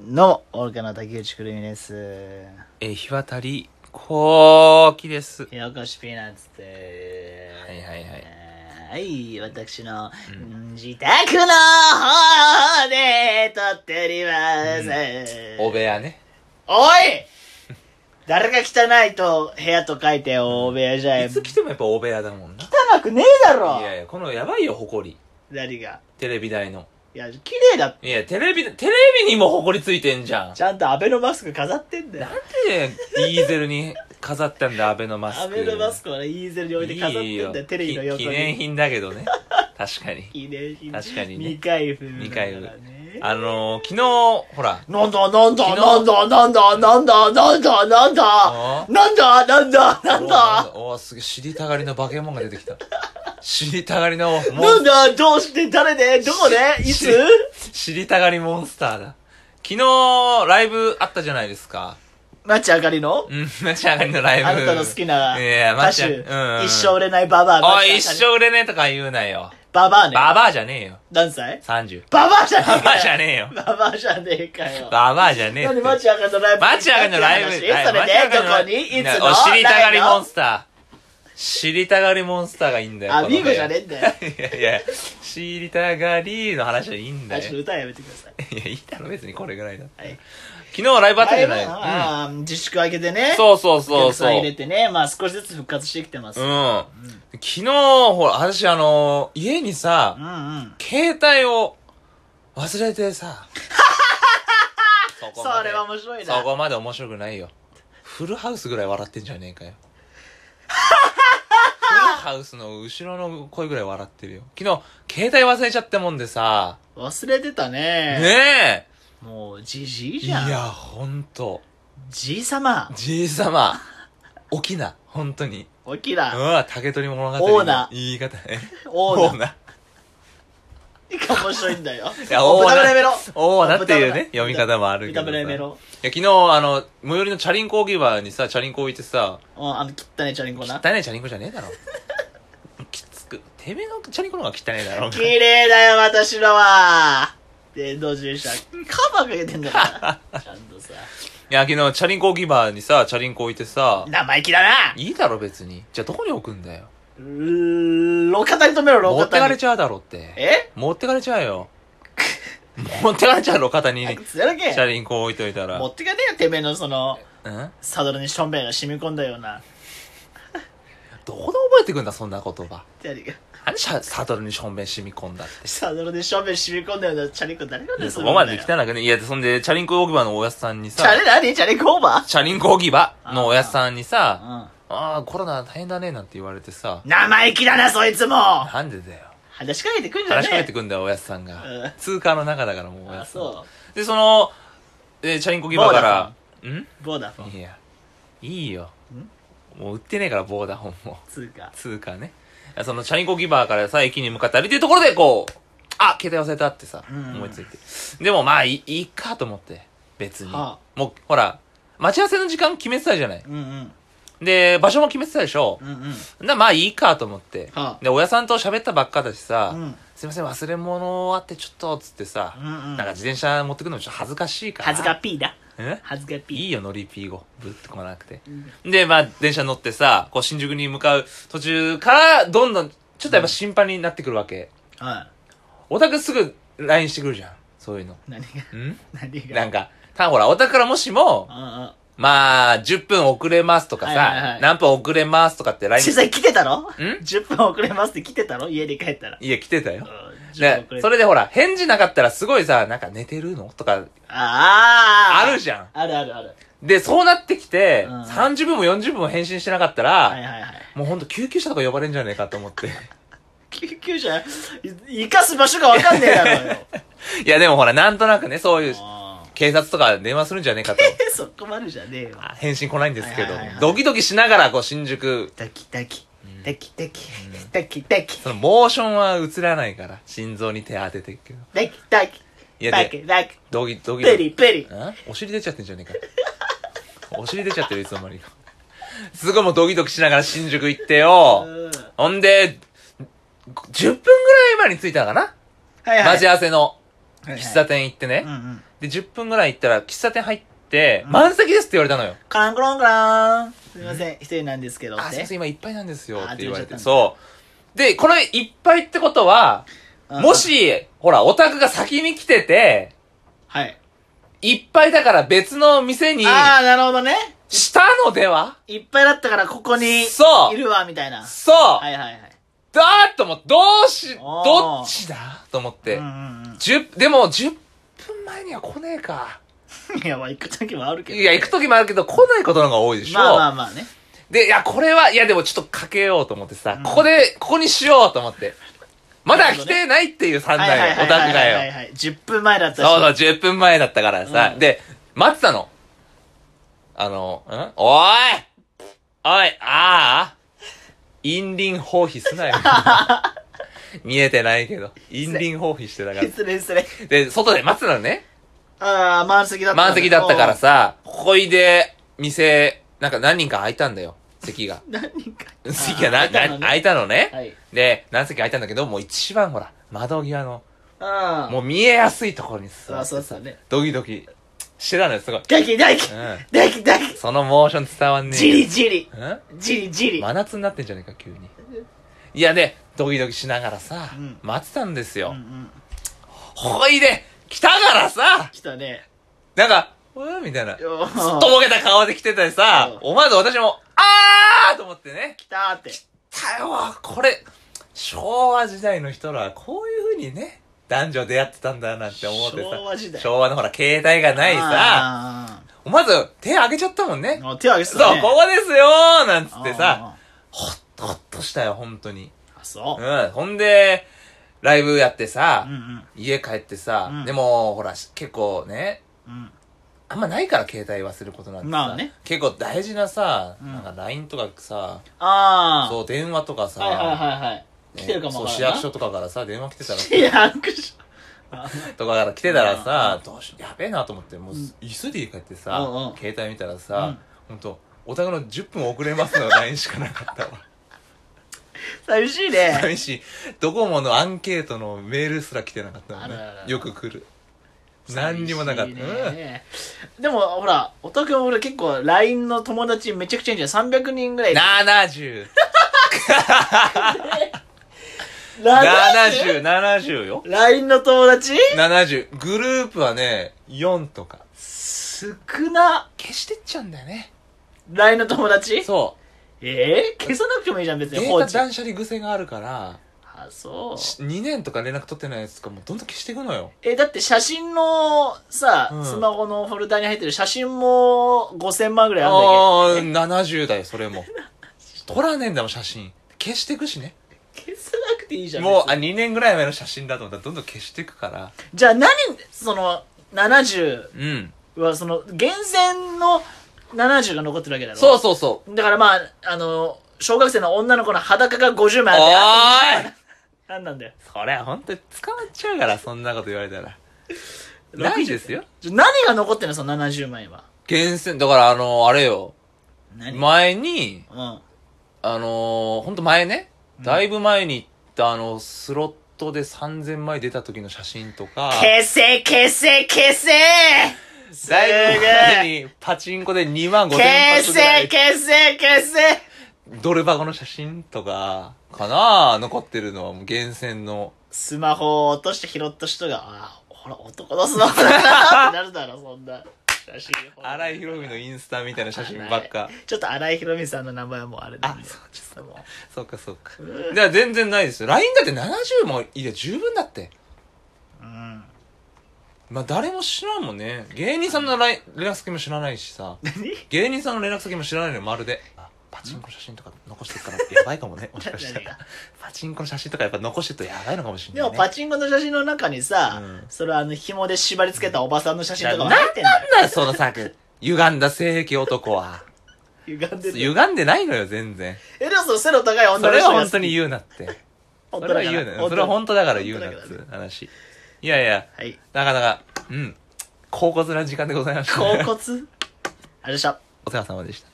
どうも、オルカの竹内くるみです。えー、日渡り、こうきです。よこしピーナッツではいはいはい。す。はい、私の自宅の方で撮っております。お部屋ね。おい誰が汚いと部屋と書いて大部屋じゃいえ。つ来てもやっぱお部屋だもんな。汚くねえだろいやいや、このやばいよ、埃。何が。テレビ台の。いや、綺麗だって。いや、テレビ、テレビにも埃ついてんじゃん。ちゃんとアベノマスク飾ってんだよな。んで、イーゼルに飾ったんだ、アベノマスク。アベノマスククをね、イーゼルに置いて飾ってんだよ、テレビの横に。記念品だけ どね。確かに。記念品確かにね未開封未開封だからねあのー、昨日、ほら、なんだなんだ昨日なんだなんだなんだなんだなんだあなんだなんだなんだおおすげえ、知りたがりの化け物が出てきた。知りたがりの、もなんだどうして誰でどこでいつ し知りたがりモンスターだ。昨日、ライブあったじゃないですか。マッチあかりのうん、マチ上がりのライブ。あなたの好きないやマ歌チ手うんうん一生売れないババアマおッチい、あ一かり生売れねえとか言うなよ。ババアねババアじゃねえよ。何歳30。ババアじゃねババアじゃえねえよか。よババアじゃねえかよババアじゃねえっなて。んでマッチあかりのライブマチ上がりのライえブ。それでどこにいつのお知りたがりモンススター。知りたがりモンスターがいいんだよ。あビーゴじゃねえ。えんだよいやいや、知りたがりの話はいいんあだちょっとよ。歌やめてくださいいや、いいだろ、別にこれぐらいだ。はい昨日ライブあったじゃない。うんああ自粛明けてねそうそうそおう客さんそう。入れてね、まあ少しずつ復活してきてます。ううんん。昨日、ほら、私あの、家にさ、うん。携帯を忘れてさ。そ そこまでれは面白いそな。こまで面白くないよ。フルハウスぐらい笑ってんじゃねえかよ。 フルハウスの後ろの声ぐらい笑ってるよ。昨日、携帯忘れちゃったもんでさ。忘れてたね。ねもう、じじいえ。いじゃん。や、ほんと。じいさま、じいさま。起きな。ほんとに。おきうら、わ、竹取物語のオーナー言い方ね。オオーナーー。ナー。面白いんだよ。いやオーナー豚バラやめろ。おーなっていうね、豚読み方もあるけど豚さ。バラやめろ。いや、昨日、あの、最寄りのチャリンコ置き場にさ、チャリンコ置いてさ、うん、あの、切ったね、チャリンコな。汚いチャリンコじゃねえだろ。 きつく。てめえのチャリンコの方が汚いだろ。綺麗だよ、私のは。電動自転車。カバーかけてんだ から。ちゃんとさ。いや、昨日、チャリンコ置き場にさ、チャリンコ置いてさ、生意気だな。いいだろ別に。じゃあどこに置くんだよ。うー路肩に止めろ、持路って肩かにれ。ちゃうだろって。え持ってかれちゃうよ。持ってかれちゃうろ、肩に。あチくつやらけ。ャリンコ置いといたら。持ってかねえよ、てめえのその、うんサドルにしょんべんが染み込んだような。どこで覚えてくんだ、そんな言葉。チャリが何シャサドルに正面染み込んだって。サドルにしょんべん染み込んだようなチャリコ誰がいでやすそこまで汚くね。いや、そんで、チャリンコ置き場のおやつさんにチさ、ャリ何チャリコーバチャリンコ置き場のおやつさんにさ、ーああ、コロナ大変だね、なんて言われてさ、生意気だな、そいつもなんでだよ。話しかけてくんじゃね話しかけてえくんだよ、おやつさうんんが。通貨の中だから、もうおやあ、つさん。そで、その、えーチャリンコ置き場から、んう。ボーダフォン。いや、いいよ。もう売ってねえから、ボーダホンも。つうか。通貨ね。その、チャリンコ置き場からさ、駅に向かって歩いてるところで、こう、あ、携帯忘れたってさ、うん思いついて。でも、まあ、いいいいかと思って、別に。はもう、ほら、待ち合わせの時間決めてたじゃない。うんうん。で、場所も決めてたでしょう。んうん。な、まあいいかと思って。はあで、親さんと喋ったばっかだしさ、うんすいません、忘れ物あってちょっと、つってさ、うんうんなんか自転車持ってくのもちょっと恥ずかしいから。恥ずかピーだ。え恥ずかピー。いいよ、乗り P5。ぶってこなくて。で、まあ、電車乗ってさ、こう、新宿に向かう途中から、どんどん、ちょっとやっぱ心配になってくるわけ。はオタクすぐ LINE してくるじゃん。そういうの。い。何が、ん何が。なんか、たほら、オタクからもしも、うんまあ、10分遅れますとかさ、はいはいはい何分遅れますとかってうん。 LINE 取材来てたろん ?10 分遅れますって来てたろ家に帰ったら。いや、来てたよ。うんね、それでほら、返事なかったらすごいさ、なんか寝てるのとか、あああるじゃん。あるあるある。で、そうなってきて、うん30分も40分も返信してなかったはいら、はいはい。もうほんと救急車とか呼ばれんじゃねえかと思って。救急車、い生かす場所がわかんねえだろうよ。いや、でもほら、なんとなくね、そういう、あ警察とか電話するんじゃね えかと。ーそこまでじゃねえよ。あ返信来ないんですけはいどはいはいは、いドキドキしながら、こう、新宿、タキタキ、タキタキ、タキタキ、その、モーションは映らないから、心臓に手当ててるけど。タキタキ、いやタでキタキ、ドキドキドプキリ。プリ。んお尻出ちゃってんじゃねえか。お尻出ちゃってるいつの間にか。すごいもうドキドキしながら新宿行ってよ。うんほんで、10分ぐらい前に着いたのかな、はいはい。待ち合わせの。はい喫茶店行ってねう。んうん。で、10分ぐらい行ったら、喫茶店入って、うん満席ですって言われたのよ。カランコロンカラン。すみません、一人なんですけどっあ、すいませて。ん、今いっぱいなんですよあって言われ出ちて。ゃったそう。で、このいっぱいってことは、うんも、し、ほら、オタクが先に来てて、はい。いっぱいだから別の店に、ああ、なるほどね。したのではいっぱいだったからここに、そういるわ、みたいな。そう、はいはいはい。だーと思って、どうし、あーどっちだと思って。うんうん十でも、10分前には来ねえか。うん。い や、まあ行く時もあるけど。いや、行く時もあるけど、来ないことの方が多いでしょ。まあまあまあね。で、いや、これは、いや、でもちょっとかけようと思ってさ、うんここで、ここにしようと思って。まだ来てないっていうは3いはい代はよ、いオタクはいがはいよ。はい。10分前だったし。そうそう、10分前だったからさ。うんで、待ってたの。あの、んおいおい、ああ陰輪放棄す なよ。見えてないけど。陰輪放棄してたから。失礼失礼。で、外で待ってたのね。ああ、満席だった。満席だったから。さ、ここいで、店、なんか何人か空いたんだよ、席が。何人か。席がな、な、空いたのね。はい。で、何席空いたんだけど、もう一番ほら、窓際の、ああ。もう見えやすいところに座そっうそうてさ、そうね。ドキドキしてたのよ、すごい。大輝大輝う大輝大輝ん。そのモーション伝わんねじえりよ。じり。うんじりじり。真夏になってんじゃねえか、急に。いやで、ドキドキしながらさうん、待ってたんですうんうよ。ん。ほいで、来たからさ、来たね。なんか、うーみたいな、すっよーとぼけた顔で来てたりさ、う思わず私も、あーと思ってね。来たーって。だよこれ昭和時代の人らはこういうふうにね男女出会ってたんだなって思ってさ昭和時代昭和のほら携帯がないさあまず手挙げちゃったもんねー。もう手を挙げてたそうね。ここですよーなんつってさあほっとほっとしたよ本当にー。あ、そうう。んほんでライブやってさうんうん。家帰ってさ、うんでもほらし結構ねうん。あんまないから携帯忘れることなんてさ、まあね結構大事なさ、うんなんか LINE とかさ、ああ。そう電話とかさ、はいはいはいはい。来てるかもそうわか市らんな役所とかからさ電話来てた ら市役所。あとかから来てたらうさん、どうしやべえなと思って、もううん急いで家帰っうてんうさん、携帯見たらさ、ほんと、お宅の10分遅れますの LINE しかなかったわ。寂しいね。寂しい。ドコモのアンケートのメールすら来てなかったのねあららら。よく来る。何にもなかった。寂しいねでも、ほら、おたくも俺結構 LINE の友達めちゃくちゃいいんじゃん。300人ぐらういんいる。 70。 70? 70、70よ。 LINE の友達70。グループはね、4とか。少な。消してっちゃうんだよね。 LINE の友達そええ消さなくてもいいじゃん、別う。にデ放ータ置。あ、断捨離癖があるから、そう。 2年とか連絡取ってないやつとかもうどんどん消していくのよ。え、だって写真のさ、うんスマホのフォルダに入ってる写真も5000万ぐらいあるんだああー、70だよ、それ も。撮らねえんだもん、写真。消していくしね。けど。消さなくていいじゃん。もう、別あ、に2年ぐらい前の写真だと思ったらどんどん消していくから。じゃあ何、その、70うん。は、その、厳選の70が残ってるわけだろそうそうそう。だからまあ、あの、小学生の女の子の裸が50枚あって、おーい何なんだよ。 それは本当に捕まっちゃうから、そんなこと言われたら。ないですよ。じゃあ何が残ってんのその70枚は。厳選、だからあの、あれよ。何前に、うん。あのー、ほんと前ね。うんだいぶ前に行ったあの、スロットで3000枚出た時の写真とか。消せ消せ消せすぐだいぶ前に、パチンコで2万5000消発ぐらいせ消せ消せドル箱の写真とか、かな残ってるのはもう厳選の。スマホを落として拾った人が、ああ、ほら、男のスマホ だなってなるだろ、そんな。写真。荒井博美のインスタみたいな写真ばっか。ちょっと荒井博美さんの名前はもうあれなんで。あそうですもそうかそうか。だから全然ないですよ。LINE だって70もいや十分だって。う。うん。まあ誰も知らんもんね。芸人さんの LINE 連絡先も知らないしさ。何芸人さんの連絡先も知らないのよ、まるで。あパチンコの写真とか残してるからやばいかもね、もしかし た何がら。パチンコの写真とかやっぱ残してるとやばいのかもしれでない、もね。パチンコの写真の中にさ、うんそれはあの紐で縛り付けたおばさんの写真とかもな入ってんだよ。なんだよ、その作。歪んだ性癖男は。歪んでる。歪んでないのよ、全然。え、でもその背の高い女そのれ人はが好本き当に言うなって。本そ当れだかはら言うなよ。それは本当だから言うなっつう話。いやいや、はい。なかなか、うん、高骨な時間でございました、甲骨あれでした。 お世話様でした。